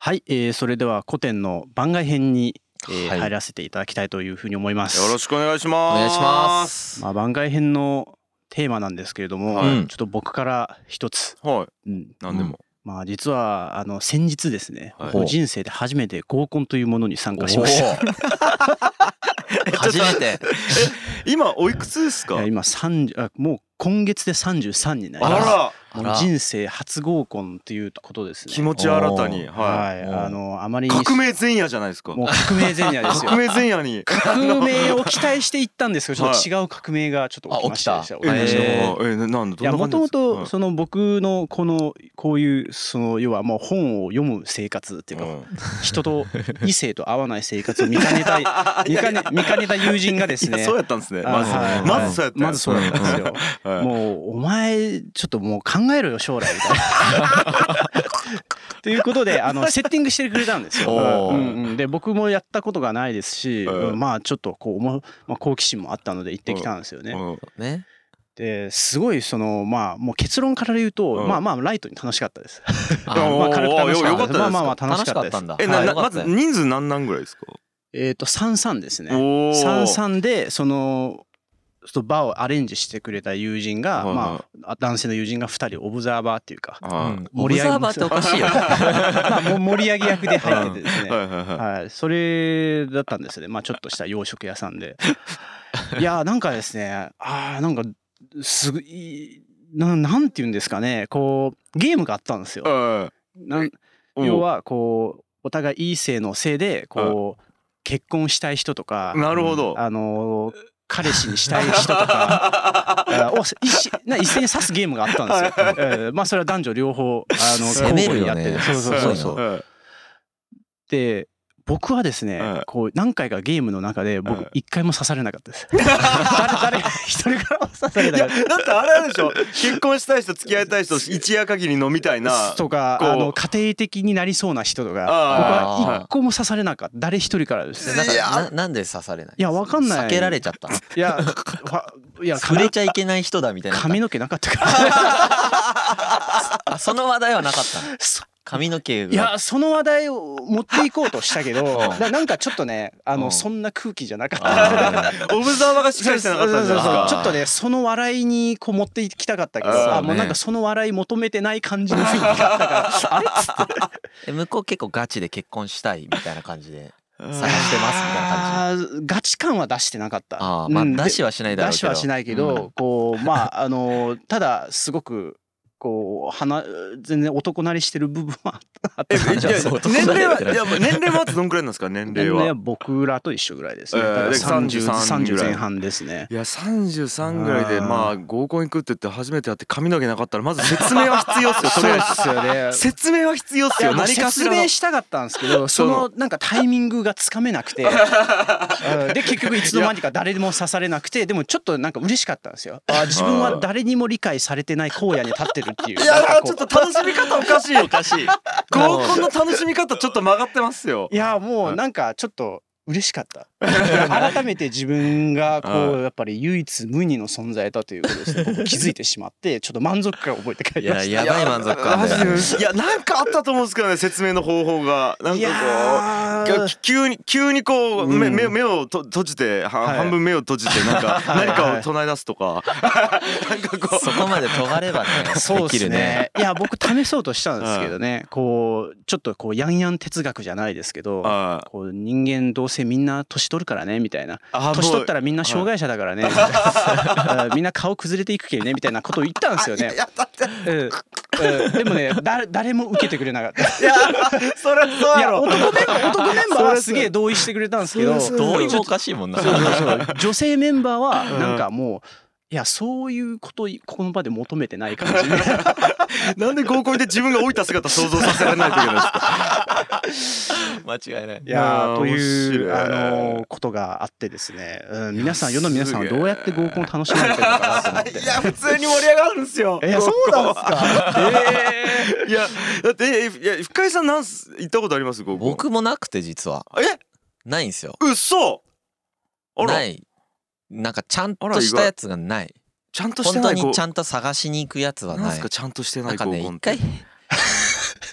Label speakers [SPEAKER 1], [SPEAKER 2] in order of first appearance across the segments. [SPEAKER 1] はい、えー、それでは古典の番外編に、えー
[SPEAKER 2] はい
[SPEAKER 1] 入らせていただきたいというふうに思います。
[SPEAKER 3] よろしくお願いします。
[SPEAKER 2] お願いします。
[SPEAKER 1] まあ、番外編のテーマなんですけれども、
[SPEAKER 3] はい
[SPEAKER 1] ちょっと僕から一つ、
[SPEAKER 3] は
[SPEAKER 1] うん
[SPEAKER 3] い、何でも。
[SPEAKER 1] まあ、実はあの先日ですね、
[SPEAKER 3] はい
[SPEAKER 1] 僕の人生で初めて合コンというものに参加しました。
[SPEAKER 2] おー 初めて。
[SPEAKER 3] 今おいくつですか？
[SPEAKER 1] いや今30あもう今月で33になり
[SPEAKER 3] あ
[SPEAKER 1] ま
[SPEAKER 3] ら、
[SPEAKER 1] す。 もう人生初合コンということですね。
[SPEAKER 3] 気持ち新たに、
[SPEAKER 2] お
[SPEAKER 3] は
[SPEAKER 1] はい、
[SPEAKER 2] うん
[SPEAKER 1] あのあま
[SPEAKER 3] い。
[SPEAKER 1] りに
[SPEAKER 3] 革命前夜じゃないですか。
[SPEAKER 1] もう革命前夜ですよ
[SPEAKER 3] 革。命前夜に。
[SPEAKER 1] 革命を期待していったんですけ ど、ちょっと違う革命がちょっと起きましてですね
[SPEAKER 2] あ起きた
[SPEAKER 1] 起きまして
[SPEAKER 2] へー
[SPEAKER 3] えー、えなんだ
[SPEAKER 1] い
[SPEAKER 3] どん
[SPEAKER 1] や
[SPEAKER 3] な
[SPEAKER 1] もと
[SPEAKER 3] 感じなんで
[SPEAKER 1] も
[SPEAKER 3] すか
[SPEAKER 1] とその僕のこのこういうその要はもう本を読む生活っていう
[SPEAKER 3] う
[SPEAKER 1] か
[SPEAKER 3] ん
[SPEAKER 1] 人と異性と会わない生活を見かね たい見かね見かねた友人がです
[SPEAKER 3] いや
[SPEAKER 1] ね
[SPEAKER 3] そうやったんですね。まず
[SPEAKER 1] はい
[SPEAKER 3] まずそうやったんや。
[SPEAKER 1] まずそうだったんですよ。
[SPEAKER 3] うん。はい
[SPEAKER 1] もうお前ちょっともう考えろよ将来みたいな。 ということであのセッティングしてくれたんですよ。
[SPEAKER 2] お
[SPEAKER 1] う
[SPEAKER 2] ー
[SPEAKER 1] んうんで僕もやったことがないですし、
[SPEAKER 3] うん
[SPEAKER 1] うんまあちょっとこうおも、まあ、好奇心もあったので行ってきたんですよね。
[SPEAKER 3] うん
[SPEAKER 2] ね。
[SPEAKER 1] ですごいそのまあもう結論から言うと、
[SPEAKER 3] うん
[SPEAKER 1] まあまあライトに楽しかったです。
[SPEAKER 2] あ
[SPEAKER 3] で も
[SPEAKER 1] まあ軽く楽しか
[SPEAKER 3] よ
[SPEAKER 1] ったで
[SPEAKER 3] かったです
[SPEAKER 1] す。ま
[SPEAKER 3] か
[SPEAKER 1] あまあまあ楽
[SPEAKER 2] 楽
[SPEAKER 1] し
[SPEAKER 2] し
[SPEAKER 1] か
[SPEAKER 2] か
[SPEAKER 1] っ
[SPEAKER 2] ったた
[SPEAKER 1] で
[SPEAKER 2] ん
[SPEAKER 1] す。
[SPEAKER 2] だ。
[SPEAKER 3] えな
[SPEAKER 2] はい
[SPEAKER 3] な
[SPEAKER 2] よか
[SPEAKER 3] ま
[SPEAKER 2] った
[SPEAKER 3] ず
[SPEAKER 2] ね
[SPEAKER 3] 人数何何ぐらいですか？
[SPEAKER 1] えっ、と三三ですね。
[SPEAKER 3] おお。
[SPEAKER 1] 三三でそのちょっとバーをアレンジしてくれた友人が、
[SPEAKER 3] はい
[SPEAKER 1] まああ男性の友人が二人オブザーバーっていうか。
[SPEAKER 2] う
[SPEAKER 3] は
[SPEAKER 2] ん
[SPEAKER 1] 盛
[SPEAKER 2] オブ
[SPEAKER 1] り上げ
[SPEAKER 2] ザーバーっておかしい よ。
[SPEAKER 1] まあ、もう盛り上げ役で入っててです
[SPEAKER 3] い
[SPEAKER 1] ね、
[SPEAKER 3] はいはいは
[SPEAKER 1] はい、それだったんですよね、まあ、ちょっとした洋食屋さんで。いやーなんかですねあーなんかすぐいななんて言うんですかねこうゲームがあったんですよ
[SPEAKER 3] い。。は
[SPEAKER 1] なん
[SPEAKER 3] い。
[SPEAKER 1] 要はこうお互い異性のせいでこう結婚したい人とか
[SPEAKER 3] なるほど。
[SPEAKER 1] あのー彼氏にしたい人と かあを一しな一斉に指すゲームがあったんですよ。えーまあそれは男女両方あの
[SPEAKER 2] 攻める
[SPEAKER 1] 交
[SPEAKER 2] よ
[SPEAKER 1] 互に
[SPEAKER 2] ね
[SPEAKER 1] やっててそうそうそうそう。
[SPEAKER 3] はいはい
[SPEAKER 1] で僕はですね、
[SPEAKER 3] はい
[SPEAKER 1] こう何回かゲームの中で
[SPEAKER 3] は
[SPEAKER 1] 僕
[SPEAKER 3] い
[SPEAKER 1] 一回も刺されなかったです。誰誰一人からも刺され
[SPEAKER 3] い
[SPEAKER 1] なか
[SPEAKER 3] や
[SPEAKER 1] っ
[SPEAKER 3] だってあれあるでしょ結婚したい人付き合いたい人一夜限り飲みたいな
[SPEAKER 1] た。とか
[SPEAKER 3] こう
[SPEAKER 1] あの家庭的になりそうな人とか僕
[SPEAKER 3] あ
[SPEAKER 2] ー
[SPEAKER 1] は一個も刺されなかった誰一人からですね。
[SPEAKER 2] なんかななんで刺されない
[SPEAKER 1] いやわかんない
[SPEAKER 2] 避けられちゃ った
[SPEAKER 1] いやわい や
[SPEAKER 2] 触れ
[SPEAKER 1] 髪
[SPEAKER 2] ちゃいけない人だみたいな
[SPEAKER 1] 髪の毛なかったから。
[SPEAKER 2] あその話題はなかったの
[SPEAKER 1] そ
[SPEAKER 2] 髪の毛が
[SPEAKER 1] いやその話題を持っていこうとしたけど
[SPEAKER 2] うん
[SPEAKER 1] ななんかちょっとねあ
[SPEAKER 2] う
[SPEAKER 1] の
[SPEAKER 2] ん
[SPEAKER 1] そんな空気じゃなかった。
[SPEAKER 2] あー
[SPEAKER 3] オブザーバーがしっかりしてなかったんじゃないですか
[SPEAKER 1] ちょっとねその笑いにこう持っていきたかったけど、
[SPEAKER 3] そうね
[SPEAKER 1] あもうなんかその笑い求めてない感じ の雰囲気があったからあれ
[SPEAKER 2] え向こう結構ガチで結婚したいみたいな感じで
[SPEAKER 3] うん
[SPEAKER 2] 探してますみたいな感じ
[SPEAKER 1] あーガチ感は出してなかった
[SPEAKER 2] ああまあ
[SPEAKER 1] うんで
[SPEAKER 2] 出しはしないだろ
[SPEAKER 1] 出
[SPEAKER 2] うけ
[SPEAKER 1] し
[SPEAKER 2] ど
[SPEAKER 1] はしないけど、こうまああのただすごくこう花全然男なりしてる部分はあっ
[SPEAKER 3] え
[SPEAKER 1] た
[SPEAKER 3] い
[SPEAKER 1] 感じ は
[SPEAKER 3] や
[SPEAKER 1] する
[SPEAKER 3] 年齢はいや年齢はどんくらいなんですか年
[SPEAKER 1] 年
[SPEAKER 3] 齢
[SPEAKER 1] 齢は
[SPEAKER 3] は
[SPEAKER 1] 僕らと一緒ぐらいですね、
[SPEAKER 3] えー
[SPEAKER 1] だから
[SPEAKER 3] で
[SPEAKER 1] 30,
[SPEAKER 3] 33
[SPEAKER 1] 30
[SPEAKER 3] ぐらい
[SPEAKER 1] 前半ですね
[SPEAKER 3] いや33ぐらいで
[SPEAKER 1] あー
[SPEAKER 3] まあ合コン行くって言って初めて会って髪の毛なかったらまず説明は必要っすよとりあえ
[SPEAKER 1] すよね
[SPEAKER 3] ず説明は必要っ
[SPEAKER 1] い
[SPEAKER 3] す
[SPEAKER 1] や
[SPEAKER 3] よ
[SPEAKER 1] もう
[SPEAKER 3] 何かし
[SPEAKER 1] 説
[SPEAKER 3] ら
[SPEAKER 1] 明
[SPEAKER 3] の
[SPEAKER 1] したかったんですけどそのなんかタイミングがつかめなくてうんで結局いつの間にか誰にも刺されなくてでもちょっとなんか嬉しかったんですよあ自分は誰にも理解されてない荒野に立ってるっていう
[SPEAKER 3] い
[SPEAKER 1] なん
[SPEAKER 3] や
[SPEAKER 1] か
[SPEAKER 3] ち
[SPEAKER 1] こ
[SPEAKER 3] ょ
[SPEAKER 1] う
[SPEAKER 3] っと楽しみ方おかしい
[SPEAKER 2] おかしい
[SPEAKER 3] 合コンの楽しみ方ちょっと曲がってますよ
[SPEAKER 1] いやもうなんかちょっと嬉しかった 改めて自分がこ
[SPEAKER 3] は
[SPEAKER 1] うやっぱり唯一無二の存在だということですね僕気づいてしまってちょっと満足感を覚えて帰
[SPEAKER 2] い
[SPEAKER 1] りま
[SPEAKER 2] や
[SPEAKER 1] し
[SPEAKER 2] やばい満足感
[SPEAKER 3] マ
[SPEAKER 2] だ
[SPEAKER 3] ジ
[SPEAKER 2] よ
[SPEAKER 3] でいやなんかあったと思うんですけどね説明の方法がな
[SPEAKER 1] た
[SPEAKER 3] ん
[SPEAKER 1] い
[SPEAKER 3] かこう
[SPEAKER 1] や
[SPEAKER 3] いや
[SPEAKER 1] ー
[SPEAKER 3] き急に急にこう、
[SPEAKER 1] うん
[SPEAKER 3] 目目目をと閉じて、は
[SPEAKER 1] はい
[SPEAKER 3] 半分目を閉じてな んか
[SPEAKER 1] はい
[SPEAKER 3] 何かを唱え出すとかなんかこ
[SPEAKER 2] そこまで尖ればね
[SPEAKER 1] そう
[SPEAKER 2] で
[SPEAKER 1] で
[SPEAKER 2] き
[SPEAKER 1] す
[SPEAKER 2] るね
[SPEAKER 1] ね。いや僕試そうとしたんですけどね、こうちょっとこうヤンヤン哲学じゃないですけ
[SPEAKER 3] う
[SPEAKER 1] ど、
[SPEAKER 3] あ
[SPEAKER 1] こう人間どうせみんな年取るからねみたいな、
[SPEAKER 3] あ
[SPEAKER 1] 年取った
[SPEAKER 3] ら
[SPEAKER 1] らみんな障害者だからね、みたいなうんみんな顔崩れていくけどねみたいなことを言ったん ですよね。うんうんでもね誰誰も受けてくれなかった。
[SPEAKER 3] いやそれそう
[SPEAKER 1] い
[SPEAKER 3] や
[SPEAKER 1] や
[SPEAKER 3] ろ
[SPEAKER 1] 男メンバー男メンバー
[SPEAKER 3] そ
[SPEAKER 1] は
[SPEAKER 3] れ
[SPEAKER 1] すげえ同意してくれたんですけ
[SPEAKER 3] そ
[SPEAKER 1] ど
[SPEAKER 3] れ、それ
[SPEAKER 2] 同意もおかしいもんな
[SPEAKER 1] そうそうそう女性メンバーはなんかもういやそういうことこの場で求めてない感じで。
[SPEAKER 3] なんで合コンで自分が老いた姿想像させられないといけないん ですか
[SPEAKER 2] 間違いない
[SPEAKER 1] いやー
[SPEAKER 3] うん
[SPEAKER 1] という
[SPEAKER 3] 面白い
[SPEAKER 1] あのーことがあってですね、うん、皆さん
[SPEAKER 3] いや
[SPEAKER 1] 世の皆さんは
[SPEAKER 3] すげえ。
[SPEAKER 1] どうやって合コンを楽しまれてるのかなと思って
[SPEAKER 3] 普通に盛り上がるんですよ
[SPEAKER 1] えそうなんですか。え
[SPEAKER 3] いやだってえいや深井さんなんす行ったことあります合コン
[SPEAKER 2] 僕もなくて実は
[SPEAKER 3] え
[SPEAKER 2] ないんですよ
[SPEAKER 3] うっそあら
[SPEAKER 2] ないなんかちゃん
[SPEAKER 3] あら
[SPEAKER 2] と
[SPEAKER 3] 意
[SPEAKER 2] した
[SPEAKER 3] 外
[SPEAKER 2] やつがない
[SPEAKER 3] ちゃんとし
[SPEAKER 2] 本
[SPEAKER 3] て
[SPEAKER 2] 当
[SPEAKER 3] ない合コ
[SPEAKER 2] に
[SPEAKER 3] ン
[SPEAKER 2] ちゃんと探しに行くやつは
[SPEAKER 3] なん
[SPEAKER 2] な
[SPEAKER 3] す
[SPEAKER 2] い
[SPEAKER 3] かちゃんとしてな
[SPEAKER 2] なん
[SPEAKER 3] い
[SPEAKER 2] か
[SPEAKER 3] 合
[SPEAKER 2] ね
[SPEAKER 3] コン
[SPEAKER 2] 一
[SPEAKER 3] って
[SPEAKER 2] 回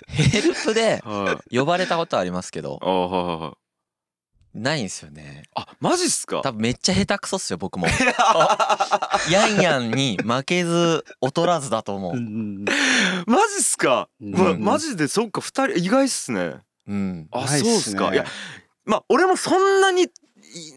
[SPEAKER 2] ヘルプで
[SPEAKER 3] はい。
[SPEAKER 2] 呼ばれたことはありますけど
[SPEAKER 3] ああはいはいはい。
[SPEAKER 2] ないんですよね
[SPEAKER 3] あマジっすか。
[SPEAKER 2] 多分めっちゃ下手くそっすよ僕 もヤンヤンに負けず劣らずだと思
[SPEAKER 1] う
[SPEAKER 2] うん
[SPEAKER 3] マジっすか。
[SPEAKER 1] うん
[SPEAKER 3] ま
[SPEAKER 2] うん
[SPEAKER 3] マジでそっか二人意外っすね。
[SPEAKER 2] うん
[SPEAKER 3] あ
[SPEAKER 1] ないっ
[SPEAKER 3] そう
[SPEAKER 1] すね
[SPEAKER 3] っすか。いやまあ俺もそんなにい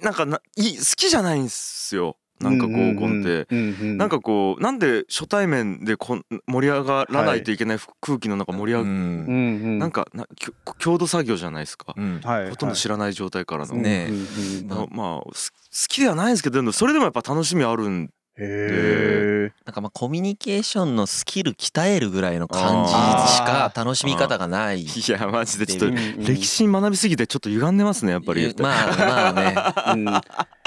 [SPEAKER 3] なんかない好きじゃないんすよ。なんか合コンって。
[SPEAKER 1] うんうんうん
[SPEAKER 3] なんかこうなんで初対面でこん盛り上がらないといけない空気の中盛
[SPEAKER 2] う
[SPEAKER 3] り上が
[SPEAKER 1] うんん
[SPEAKER 3] なんかなきょ共同作業じゃないですか、
[SPEAKER 2] うん
[SPEAKER 1] はいはい
[SPEAKER 3] ほとんど知らない状態からの、
[SPEAKER 2] らねえ
[SPEAKER 1] うんうんうん
[SPEAKER 3] なまあす好きではないんですけどでもそれでもやっぱ楽しみあるん
[SPEAKER 1] へえ
[SPEAKER 2] なんかまあコミュニケーションのスキル鍛えるぐらいの感じしか楽しみ方がない
[SPEAKER 3] いやマジでちょっと
[SPEAKER 1] うん
[SPEAKER 3] 歴史に学びすぎてちょっと歪んでますねやっぱり、
[SPEAKER 2] まあまあね
[SPEAKER 1] うん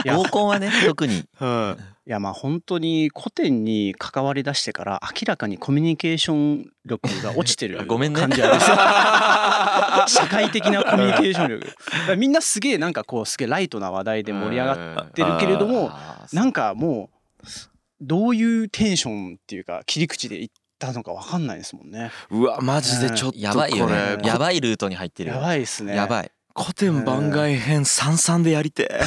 [SPEAKER 1] いや
[SPEAKER 2] 合コンはね特に
[SPEAKER 3] はい
[SPEAKER 1] いやまあ本当に古典に関わり出してから明らかにコミュニケーション力が落ちてる
[SPEAKER 2] ごめんね
[SPEAKER 1] 感じあるんですよ社会的なコミュニケーション力だからみんなすげえなんかこうすげえライトな話題で盛り上がってるけれども
[SPEAKER 2] あー
[SPEAKER 1] なんかもうどういうテンションっていうか切り口でいったのかわかんないですもんね
[SPEAKER 3] うわマジでちょっとこれ
[SPEAKER 2] やばいよね
[SPEAKER 1] これ
[SPEAKER 2] やばいルートに入ってる
[SPEAKER 1] やばいですね
[SPEAKER 2] やばい
[SPEAKER 3] 古典番外編三三でやりてえ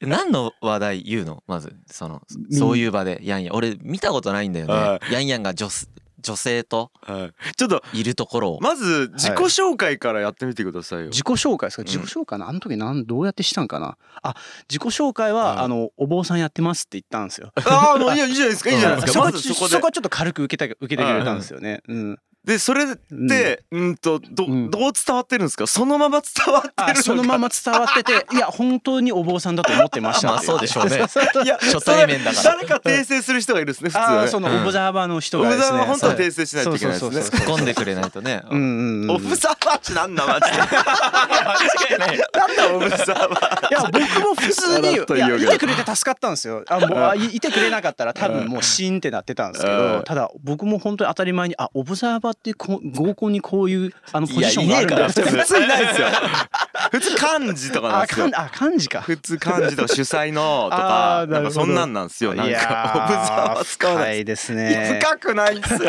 [SPEAKER 2] 何の話題言うのまずその
[SPEAKER 1] うん
[SPEAKER 2] そういう場でヤンヤン俺見たことないんだよね
[SPEAKER 3] は
[SPEAKER 2] ヤンヤンが女す女性と
[SPEAKER 3] はいちょっと
[SPEAKER 2] いるところを
[SPEAKER 3] まず自己紹介からやってみてくださいよ、
[SPEAKER 1] 自己紹介ですか自己紹介のあの時なんどうやってしたんかなあ自己紹介は
[SPEAKER 3] はい
[SPEAKER 1] あのお坊さんやってますって言ったんですよ
[SPEAKER 3] ああもういやいいじゃないですかいいじゃないですか、
[SPEAKER 1] うん
[SPEAKER 3] まずそこで
[SPEAKER 1] そこはちょっと軽く受けた受けてくれたんですよね。うん。
[SPEAKER 3] でそれでうんとど
[SPEAKER 1] うん
[SPEAKER 3] どう伝わってるんですかそのまま伝わってるの
[SPEAKER 1] あ
[SPEAKER 3] か
[SPEAKER 1] そのまま伝わって て、いや本当にお坊さんだと思ってました
[SPEAKER 2] まあ
[SPEAKER 1] ってい。
[SPEAKER 2] そうでしょう ね
[SPEAKER 3] いや
[SPEAKER 2] 初対面だから
[SPEAKER 3] それ誰か訂正する人がいるんですね普通
[SPEAKER 1] あ
[SPEAKER 3] は
[SPEAKER 1] あ
[SPEAKER 3] ね
[SPEAKER 1] その
[SPEAKER 2] うん
[SPEAKER 1] オブザーバーの人
[SPEAKER 3] 小
[SPEAKER 1] が
[SPEAKER 3] 沢
[SPEAKER 1] ですね。
[SPEAKER 3] は本当は
[SPEAKER 1] はい
[SPEAKER 3] 訂正しないといけないです
[SPEAKER 1] そう
[SPEAKER 3] ね
[SPEAKER 1] そうそう
[SPEAKER 2] 突っ込んでくれないとね
[SPEAKER 1] うんうんうん。
[SPEAKER 3] オブザーバーってなんなマジで なんだオブザーバー
[SPEAKER 1] いや僕も普通に
[SPEAKER 3] 笑っと
[SPEAKER 1] い
[SPEAKER 3] い
[SPEAKER 1] や
[SPEAKER 3] ようけ
[SPEAKER 1] い
[SPEAKER 3] ど
[SPEAKER 1] てくれて助かったんですよ。あもうあいいてくれなかったら多分もうシーンってなってたんですけ
[SPEAKER 3] う
[SPEAKER 1] ど、
[SPEAKER 3] ん
[SPEAKER 1] ただ僕も本当に当たり前にあオブザーバーってこう合コンにこういうあのポジションがあるんだ
[SPEAKER 3] 普通普通いないですよ 普通漢字とかなん
[SPEAKER 1] あ
[SPEAKER 3] ですよ
[SPEAKER 1] かんあ漢字か。
[SPEAKER 3] 普通漢字とか主催のと
[SPEAKER 1] あーな
[SPEAKER 3] かなん
[SPEAKER 1] る
[SPEAKER 3] か
[SPEAKER 1] ほど
[SPEAKER 3] そんなんなんですよなん
[SPEAKER 1] い
[SPEAKER 3] かオブ
[SPEAKER 1] や
[SPEAKER 3] ザーバ
[SPEAKER 1] ー
[SPEAKER 3] ー使わな
[SPEAKER 1] 深
[SPEAKER 3] い
[SPEAKER 1] いです
[SPEAKER 3] い
[SPEAKER 1] ね。
[SPEAKER 3] や深くないん ですよ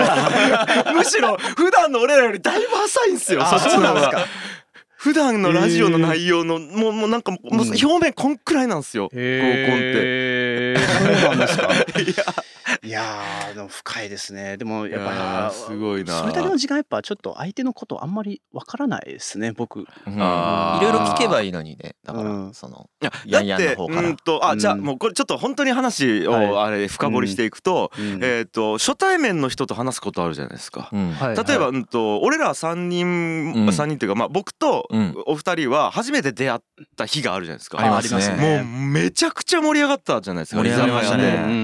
[SPEAKER 3] むしろ普段の俺らよりだいぶ浅いんですよ
[SPEAKER 1] あ
[SPEAKER 3] っちの方
[SPEAKER 1] そ
[SPEAKER 3] が
[SPEAKER 1] うなんですか
[SPEAKER 3] 普段のラジオの内容の、もうもうなんかもうもう
[SPEAKER 1] うん
[SPEAKER 3] 表面こんくらいなんで すよ、合コンって。
[SPEAKER 1] へーそうなんですか。
[SPEAKER 3] いや
[SPEAKER 1] いやーでも深いですね。でもやっ
[SPEAKER 3] いやー
[SPEAKER 1] ぱ
[SPEAKER 3] すごいな
[SPEAKER 1] それだけの時間やっぱちょっと相手のことあんまりわからないですね僕。
[SPEAKER 2] うんい
[SPEAKER 3] あ
[SPEAKER 1] ー
[SPEAKER 2] ろいろ聞けばいいのにねだか
[SPEAKER 1] うん
[SPEAKER 2] らその
[SPEAKER 3] いや
[SPEAKER 2] ヤンヤン
[SPEAKER 3] だっ
[SPEAKER 2] の
[SPEAKER 3] て
[SPEAKER 2] 方から
[SPEAKER 3] うんとあじゃあ
[SPEAKER 1] うん
[SPEAKER 3] もうこれちょっと本当に話を
[SPEAKER 1] は
[SPEAKER 3] あれ深掘りしていくと、
[SPEAKER 1] うん
[SPEAKER 3] えっ、と初対面の人と話すことあるじゃないですか。
[SPEAKER 2] うん
[SPEAKER 1] はい
[SPEAKER 3] 例えば、うんと俺ら3人、
[SPEAKER 2] うん
[SPEAKER 3] 3人っていうか、まあ、僕と
[SPEAKER 2] うん
[SPEAKER 3] お二人は初めて出会った日があるじゃないですか。
[SPEAKER 2] ありますね
[SPEAKER 1] あります
[SPEAKER 3] も
[SPEAKER 1] ね
[SPEAKER 3] うめちゃくちゃ盛り上がったじゃないですか。
[SPEAKER 2] 盛り上がりましたね
[SPEAKER 3] 居酒屋
[SPEAKER 1] うんうん
[SPEAKER 3] で
[SPEAKER 1] う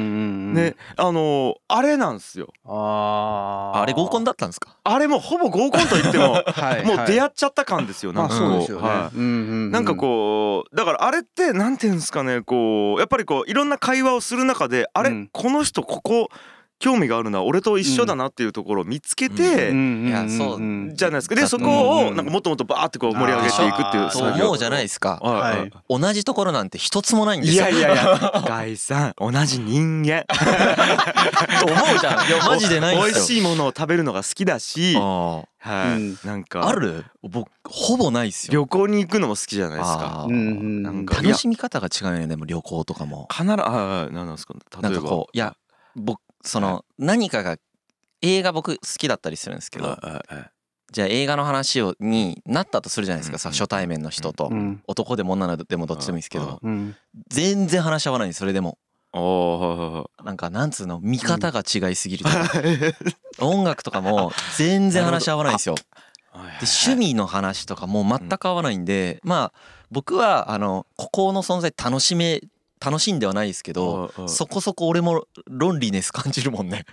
[SPEAKER 1] ん
[SPEAKER 3] ね、あのあれなんですよ。
[SPEAKER 1] あー
[SPEAKER 2] あれ合コンだったんですか
[SPEAKER 3] あれもうほぼ合コンと言っても
[SPEAKER 1] はいはい
[SPEAKER 3] もう出会っちゃった感ですよ。な
[SPEAKER 1] ま
[SPEAKER 3] ん
[SPEAKER 1] あ
[SPEAKER 3] か
[SPEAKER 1] そうで
[SPEAKER 3] こ
[SPEAKER 1] す
[SPEAKER 3] う
[SPEAKER 1] よね。
[SPEAKER 3] はい
[SPEAKER 1] うんうんうん
[SPEAKER 3] なんかこうだからあれってなんていうんですかねこうやっぱりこういろんな会話をする中であ
[SPEAKER 1] う
[SPEAKER 3] れ
[SPEAKER 1] ん
[SPEAKER 3] この人ここ興味があるな俺と一緒だなっていうところを見つけ
[SPEAKER 1] うん
[SPEAKER 3] て
[SPEAKER 1] うんうん。
[SPEAKER 2] いやそう
[SPEAKER 1] うん
[SPEAKER 3] じゃないですかでそ
[SPEAKER 1] うん
[SPEAKER 3] こ
[SPEAKER 1] う
[SPEAKER 3] を
[SPEAKER 1] ん
[SPEAKER 3] なんかもっともっとバーってこう盛り上げていくってい
[SPEAKER 1] あ
[SPEAKER 3] う
[SPEAKER 1] ー
[SPEAKER 2] そう
[SPEAKER 3] 作
[SPEAKER 2] 思
[SPEAKER 3] 業
[SPEAKER 2] うじゃないですか
[SPEAKER 3] はい
[SPEAKER 1] はい
[SPEAKER 2] 同じところなんて一つもないんで
[SPEAKER 3] い
[SPEAKER 2] すよ
[SPEAKER 3] やいやいや外さん同じ人間
[SPEAKER 2] と 思うじゃんいやマジでないん
[SPEAKER 3] 美
[SPEAKER 2] で
[SPEAKER 3] 味
[SPEAKER 2] すよ
[SPEAKER 3] しいものを食べるのが好きだし
[SPEAKER 2] あー
[SPEAKER 3] は
[SPEAKER 1] うん
[SPEAKER 3] いなんか
[SPEAKER 2] ある僕ほぼないっすよ
[SPEAKER 3] 旅行に行くのも好きじゃないですか
[SPEAKER 2] あ
[SPEAKER 1] う
[SPEAKER 2] ー
[SPEAKER 1] んうん
[SPEAKER 3] なんか
[SPEAKER 2] 楽しみ方が違うよねでも旅行とかも
[SPEAKER 3] 必ずああ何なんですか
[SPEAKER 2] なん
[SPEAKER 3] 例え
[SPEAKER 2] か
[SPEAKER 3] ば
[SPEAKER 2] こういや僕その何かが映画僕好きだったりするんですけど
[SPEAKER 3] はいはいはい
[SPEAKER 2] じゃあ映画の話をになったとするじゃないですかさ
[SPEAKER 3] うん
[SPEAKER 2] 初対面の人と
[SPEAKER 1] うん
[SPEAKER 2] 男でも女でもどっちでもいいですけ
[SPEAKER 3] うん
[SPEAKER 2] ど
[SPEAKER 1] うん
[SPEAKER 2] 全然話し合わないんですそれでも
[SPEAKER 3] ああはいはいはい
[SPEAKER 2] なんかなんつうの見方が違いすぎるとか
[SPEAKER 3] で
[SPEAKER 2] 音楽とか も全然話し合わないんですよで
[SPEAKER 3] 趣
[SPEAKER 2] 趣味の話とかも全く合わないんでまあ僕はあのここの存在楽しめ楽しんではないですけど そこそこ俺もロンリネス感じるもん ね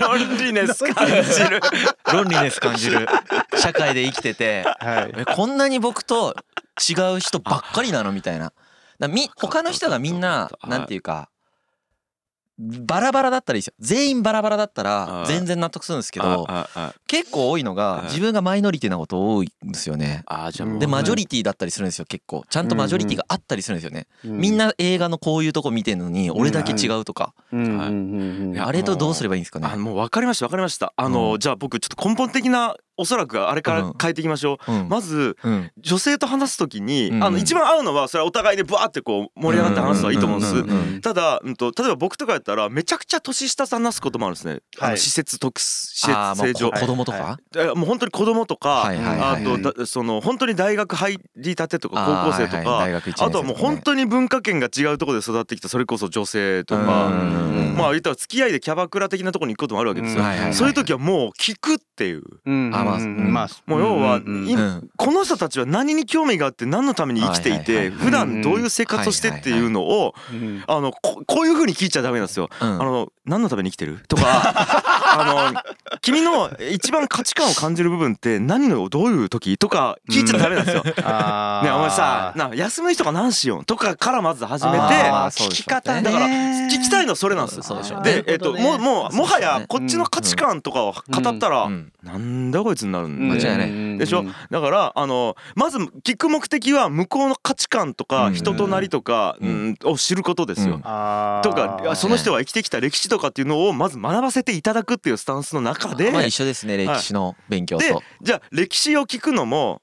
[SPEAKER 3] ロンリネス感じる
[SPEAKER 2] ロンリネス感じる社会で生きて て
[SPEAKER 1] はい。
[SPEAKER 2] えこんなに僕と違う人ばっかりなのみたいなだみ他の人がみんな
[SPEAKER 3] はい
[SPEAKER 2] なんていうかバラバラだったらいいですよ全員バラバラだった
[SPEAKER 3] あ
[SPEAKER 2] ら
[SPEAKER 3] ー
[SPEAKER 2] 全然納得するんですけ
[SPEAKER 3] あ
[SPEAKER 2] ど
[SPEAKER 3] ああ
[SPEAKER 2] 結構多いの
[SPEAKER 3] あ
[SPEAKER 2] が
[SPEAKER 3] ー
[SPEAKER 2] 自分がマイノリティなこと多いんですよね
[SPEAKER 3] あじゃあもう
[SPEAKER 2] で
[SPEAKER 1] うん
[SPEAKER 2] マジョリティだったりするんですよ結構ちゃんとマジョリティがあったりするんですよねみん
[SPEAKER 1] な、
[SPEAKER 2] な映画のこういうとこ見てんのに俺だけ違うとか
[SPEAKER 1] うんうん
[SPEAKER 3] はい
[SPEAKER 1] うんうん
[SPEAKER 3] いや
[SPEAKER 2] あれとどうすればいいんですかね
[SPEAKER 3] あもう分かりました分かりましたあの、
[SPEAKER 2] うん
[SPEAKER 3] じゃあ僕ちょっと根本的なおそらくあれか
[SPEAKER 2] う
[SPEAKER 3] ら
[SPEAKER 2] ん
[SPEAKER 3] 変えていきましょう、
[SPEAKER 2] うん
[SPEAKER 3] まず
[SPEAKER 2] うん
[SPEAKER 3] 女性と話すときに、
[SPEAKER 2] うん
[SPEAKER 3] あの一番合うのはそれはお互いでバーってこう盛り上がって話すのはいいと思うんです、
[SPEAKER 2] うんうんうんうん
[SPEAKER 3] ただ、うん、と例えば僕とかやったらめちゃくちゃ年下さん話すこともあるんですね、あ
[SPEAKER 1] は
[SPEAKER 3] の
[SPEAKER 1] い
[SPEAKER 3] 施設特
[SPEAKER 2] あー
[SPEAKER 3] 施設
[SPEAKER 2] まあ
[SPEAKER 3] 正常
[SPEAKER 2] こ子供とか
[SPEAKER 3] えもう本当に子供とか、
[SPEAKER 2] はい
[SPEAKER 1] はいはいはい
[SPEAKER 3] あとだその本当に大学入りたてとか高校生とか
[SPEAKER 2] あーはい
[SPEAKER 3] あ,、
[SPEAKER 2] はい大学一年生かね
[SPEAKER 3] とはもう本当に文化圏が違うところで育ってきたそれこそ女性と
[SPEAKER 2] う
[SPEAKER 3] か、
[SPEAKER 2] んうんうんうん
[SPEAKER 3] まあ言ったら付き合いでキャバクラ的なところに行くこともあるわけですよ、
[SPEAKER 2] はいはいはい
[SPEAKER 3] そういう時はもう聞くっていう
[SPEAKER 1] うん
[SPEAKER 2] あまあ
[SPEAKER 1] うん
[SPEAKER 2] うん
[SPEAKER 1] まあ
[SPEAKER 3] もう要は
[SPEAKER 1] んん
[SPEAKER 3] 今
[SPEAKER 2] うん
[SPEAKER 3] この人たちは何に興味があって何のために生きてい
[SPEAKER 2] はいはい
[SPEAKER 3] て
[SPEAKER 2] はい
[SPEAKER 3] 普段どういう生活をしてっていうのを
[SPEAKER 1] うん
[SPEAKER 3] あのここういうふうに聞いちゃダメなんですよ。
[SPEAKER 2] うん
[SPEAKER 3] あの何のために生きてるとか あの君の一番価値観を感じる部分って何のどういう時とか聞いちゃダメなんですよ。 ね
[SPEAKER 1] あー
[SPEAKER 3] お前さな休む人が何しようとかからまず始めて
[SPEAKER 2] あーそう
[SPEAKER 1] 聞
[SPEAKER 2] でしょ
[SPEAKER 1] き方ね
[SPEAKER 3] だから聞きたいのはそれなんです
[SPEAKER 2] そうでしょ
[SPEAKER 3] よ。
[SPEAKER 2] うね
[SPEAKER 3] でえっと
[SPEAKER 2] なるほど
[SPEAKER 3] もう
[SPEAKER 2] ね
[SPEAKER 3] もうもはやこっちの
[SPEAKER 2] そうですね
[SPEAKER 3] 価値観とかを語ったら
[SPEAKER 2] うん
[SPEAKER 3] なんだこいつになるん
[SPEAKER 1] うん
[SPEAKER 3] で
[SPEAKER 2] 間違いない
[SPEAKER 1] うん
[SPEAKER 3] でしょだからあのまず聞く目的は向こうの価値観と
[SPEAKER 2] う
[SPEAKER 3] か
[SPEAKER 2] ん
[SPEAKER 3] 人となりとか、
[SPEAKER 2] う
[SPEAKER 3] うんん、を知ることですよ。
[SPEAKER 2] うん
[SPEAKER 1] あー
[SPEAKER 3] とかその人が生きてきた歴史とかっていうのをまず学ばせていただくっていうスタンスの中で、
[SPEAKER 2] まあ一緒ですね歴史の勉強
[SPEAKER 3] で
[SPEAKER 2] と
[SPEAKER 3] じゃあ歴史を聞くのも。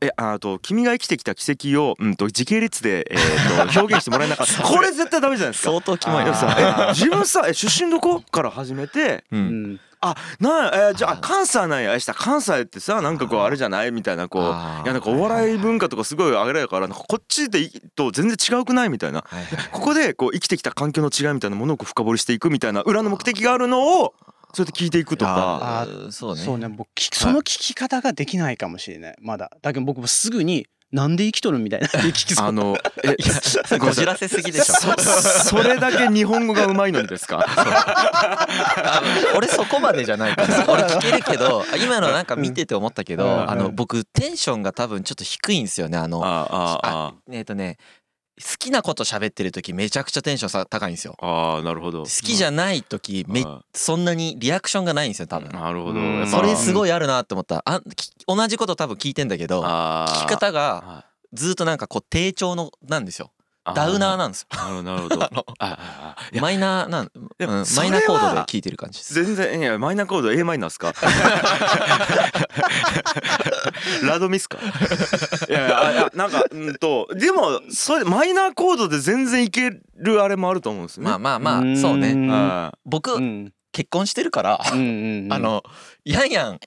[SPEAKER 3] えあと君が生きてきた軌跡を、うん、と時系列で、え ー、と表現してもらえなかったこれ絶対ダメじゃないですか。
[SPEAKER 2] 相当キモい
[SPEAKER 3] でも
[SPEAKER 2] な
[SPEAKER 3] さえ自分さえ出身どこから始めて
[SPEAKER 2] う
[SPEAKER 1] うんん
[SPEAKER 3] あなんえーじゃ
[SPEAKER 2] あ
[SPEAKER 3] あ
[SPEAKER 2] ー
[SPEAKER 3] 関西なんやした関西ってさなんかこうあれじゃないみたいなこう
[SPEAKER 2] あー
[SPEAKER 3] いやなんかお笑い文化とかすごいあれやからなんかこっちでいと全然違うくないみたいな
[SPEAKER 2] はいはい
[SPEAKER 3] ここでこう生きてきた環境の違いみたいなものをこう深掘りしていくみたいな裏の目的があるのをそうやって聞いていくとか
[SPEAKER 2] あ
[SPEAKER 1] あ
[SPEAKER 2] ーそうね
[SPEAKER 1] そうね僕きその聞き方ができないかもしれないまだだけど僕もすぐになんで生きとるんみたいなって聞きそう
[SPEAKER 3] あのえ
[SPEAKER 2] いやそれこじらせすぎで しょ
[SPEAKER 3] そそれだけ日本語がうまいのにですか
[SPEAKER 2] あ俺そこまでじゃない から俺聞けるけど今のなんか見てて思ったけ
[SPEAKER 1] うん
[SPEAKER 2] どあ
[SPEAKER 1] う
[SPEAKER 2] の
[SPEAKER 1] ん
[SPEAKER 2] 僕テンションが多分ちょっと低いんですよねあの
[SPEAKER 3] あ
[SPEAKER 2] えっとね好きなこと喋ってる時めちゃくちゃテンションさ高いんですよ
[SPEAKER 3] あああなるほど
[SPEAKER 2] 好きじゃない時め
[SPEAKER 3] あ
[SPEAKER 2] そんなにリアクションがないんですよ多分
[SPEAKER 3] なるほど
[SPEAKER 1] うん
[SPEAKER 3] やっぱ
[SPEAKER 2] それすごいあるなって思ったあき同じこと多分聞いてんだけど聞
[SPEAKER 3] あー
[SPEAKER 2] き方が
[SPEAKER 3] あ
[SPEAKER 2] ずっとなんかこう低調のなんですよ
[SPEAKER 3] ー
[SPEAKER 2] ダウナーなんですよ
[SPEAKER 3] なるほどなるほどあ ああいや
[SPEAKER 2] マイナーなん、うん
[SPEAKER 3] や
[SPEAKER 2] マ
[SPEAKER 3] それ
[SPEAKER 2] イ
[SPEAKER 3] は
[SPEAKER 2] ナーコードで聞いてる感じです
[SPEAKER 3] 全然いやマイナーコード A マイナーっすか ラドミスかいやいやいやなんかうんとでもそれマイナーコードで全然いけるあれもあると思うんですよね
[SPEAKER 2] まあまあまあそうね
[SPEAKER 1] あ
[SPEAKER 3] あ
[SPEAKER 2] 僕
[SPEAKER 1] うん
[SPEAKER 2] 結婚してるから
[SPEAKER 1] うんうんうん
[SPEAKER 2] あのやんやん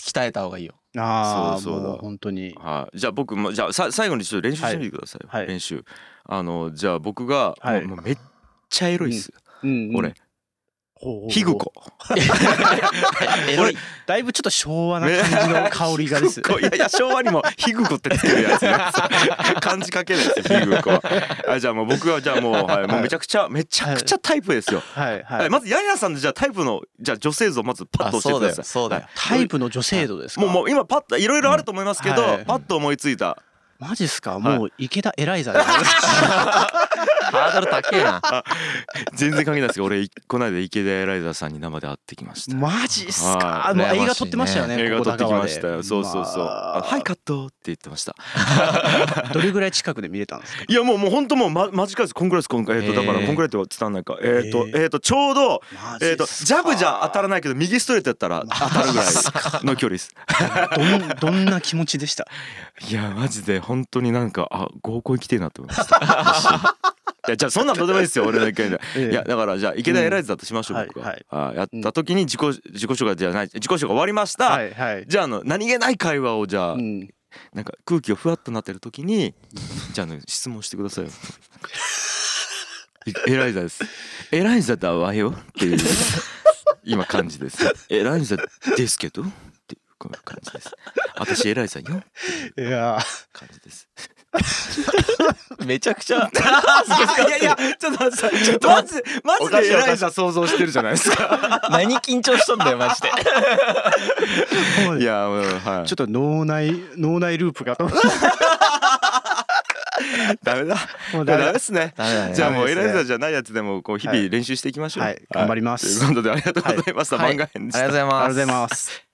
[SPEAKER 2] 鍛えた方がいいよ
[SPEAKER 1] ああ
[SPEAKER 3] そう
[SPEAKER 1] も
[SPEAKER 3] だそうだ
[SPEAKER 1] う本当に
[SPEAKER 3] はいじゃあ僕もじゃあさ最後にちょっと練習してみてください、
[SPEAKER 1] はいはい
[SPEAKER 3] 練習あのじゃあ僕が、
[SPEAKER 1] はい
[SPEAKER 3] もうもうめっちゃエロいっす、
[SPEAKER 1] うんうん
[SPEAKER 3] 俺
[SPEAKER 1] ほうほうほう
[SPEAKER 3] ヒグコ
[SPEAKER 2] エロい
[SPEAKER 1] だいぶちょっと昭和な感じの香りがです
[SPEAKER 3] ヒグコいやいや昭和にもヒグコってつけるやつね 漢字書けないですよヒグコはあじゃあもう僕はじゃあもう,、はい、もうめちゃくちゃめちゃくちゃタイプですよ、
[SPEAKER 1] はいは
[SPEAKER 3] はい、
[SPEAKER 1] い
[SPEAKER 3] まずヤンヤさんでじゃあタイプのじゃあ女性像まずパッ
[SPEAKER 2] あ
[SPEAKER 3] と教
[SPEAKER 2] そ
[SPEAKER 3] えて
[SPEAKER 2] う
[SPEAKER 3] く
[SPEAKER 2] だ
[SPEAKER 3] ださ
[SPEAKER 2] よ
[SPEAKER 3] い
[SPEAKER 2] そうだよ
[SPEAKER 1] タイプの女性度ですか
[SPEAKER 3] もうもう今パッといろいろあると思いますけど、
[SPEAKER 1] はい
[SPEAKER 3] パッと思いついた
[SPEAKER 1] マジっすか
[SPEAKER 3] はい
[SPEAKER 1] もう池田エライザ ー
[SPEAKER 2] ハードル高えな
[SPEAKER 3] 全然関係ないですけど俺この間池田エライザーさんに生で会ってきまし
[SPEAKER 1] で
[SPEAKER 3] た
[SPEAKER 1] すマジっすか
[SPEAKER 3] はい
[SPEAKER 1] あの映画撮ってましたよね
[SPEAKER 3] 映画撮ってきました
[SPEAKER 1] ここ
[SPEAKER 3] よそうそうそう「
[SPEAKER 1] ま
[SPEAKER 3] あ
[SPEAKER 1] あ
[SPEAKER 3] はいカット」って言ってました
[SPEAKER 1] どれぐらい近くで見れたんですか
[SPEAKER 3] いやもうもう本当もうま間近ですこんぐらいですこんぐらいえっとだから
[SPEAKER 2] へー
[SPEAKER 3] こんぐらいって伝わんないかえっと
[SPEAKER 1] へー
[SPEAKER 3] えっとちょうど
[SPEAKER 1] マジ
[SPEAKER 3] え
[SPEAKER 1] っ
[SPEAKER 3] っと
[SPEAKER 1] すか
[SPEAKER 3] ジャブじゃ当たらないけど右ストレートやったら当たるぐらいの距離です
[SPEAKER 1] どんどんな気持ちでした
[SPEAKER 3] いやマジで本当になんかあ合コン行きてえなと思いました。私 いやじゃあそんなんどうでもいいですよ俺の意見で。
[SPEAKER 1] ええ
[SPEAKER 3] いやだからじゃあ池田エライズだとしましょ
[SPEAKER 1] うん
[SPEAKER 3] う僕
[SPEAKER 1] は。
[SPEAKER 3] はいあやった時に自己自己紹介じゃない自己紹介終わりました。
[SPEAKER 1] いはい
[SPEAKER 3] じゃああの何気ない会話をじゃあ
[SPEAKER 1] うん
[SPEAKER 3] なんか空気をふわっとなってる時にじゃああの質問してくだ さいよ。エライザです。エライザだわよって いう今感じです。エライザですけどっていうこういう感じです。私エライザよ
[SPEAKER 1] いや
[SPEAKER 3] 感じです。
[SPEAKER 2] めちゃくちゃ
[SPEAKER 3] いやいや、ちょっと 待って、ちょっとマ ジで、マジでエライザ想像してるじゃないですか。
[SPEAKER 2] 何緊張しとんだよマジで
[SPEAKER 1] ー
[SPEAKER 3] いや、うんはい
[SPEAKER 1] ちょっ。と脳内脳内ループが
[SPEAKER 3] ダメだ。
[SPEAKER 1] もう
[SPEAKER 3] ダ
[SPEAKER 1] ダメだ
[SPEAKER 3] メですね。
[SPEAKER 2] ダメだね
[SPEAKER 3] じゃあもう
[SPEAKER 1] ダメですね
[SPEAKER 3] エライザじゃないやつでもこう日々練習していきましょう。
[SPEAKER 1] はい頑張ります
[SPEAKER 3] ということでありがとうございました。
[SPEAKER 1] はい
[SPEAKER 3] 漫画編でし
[SPEAKER 2] ありがとう
[SPEAKER 1] あり
[SPEAKER 2] ございます
[SPEAKER 3] た。
[SPEAKER 1] がとうございます。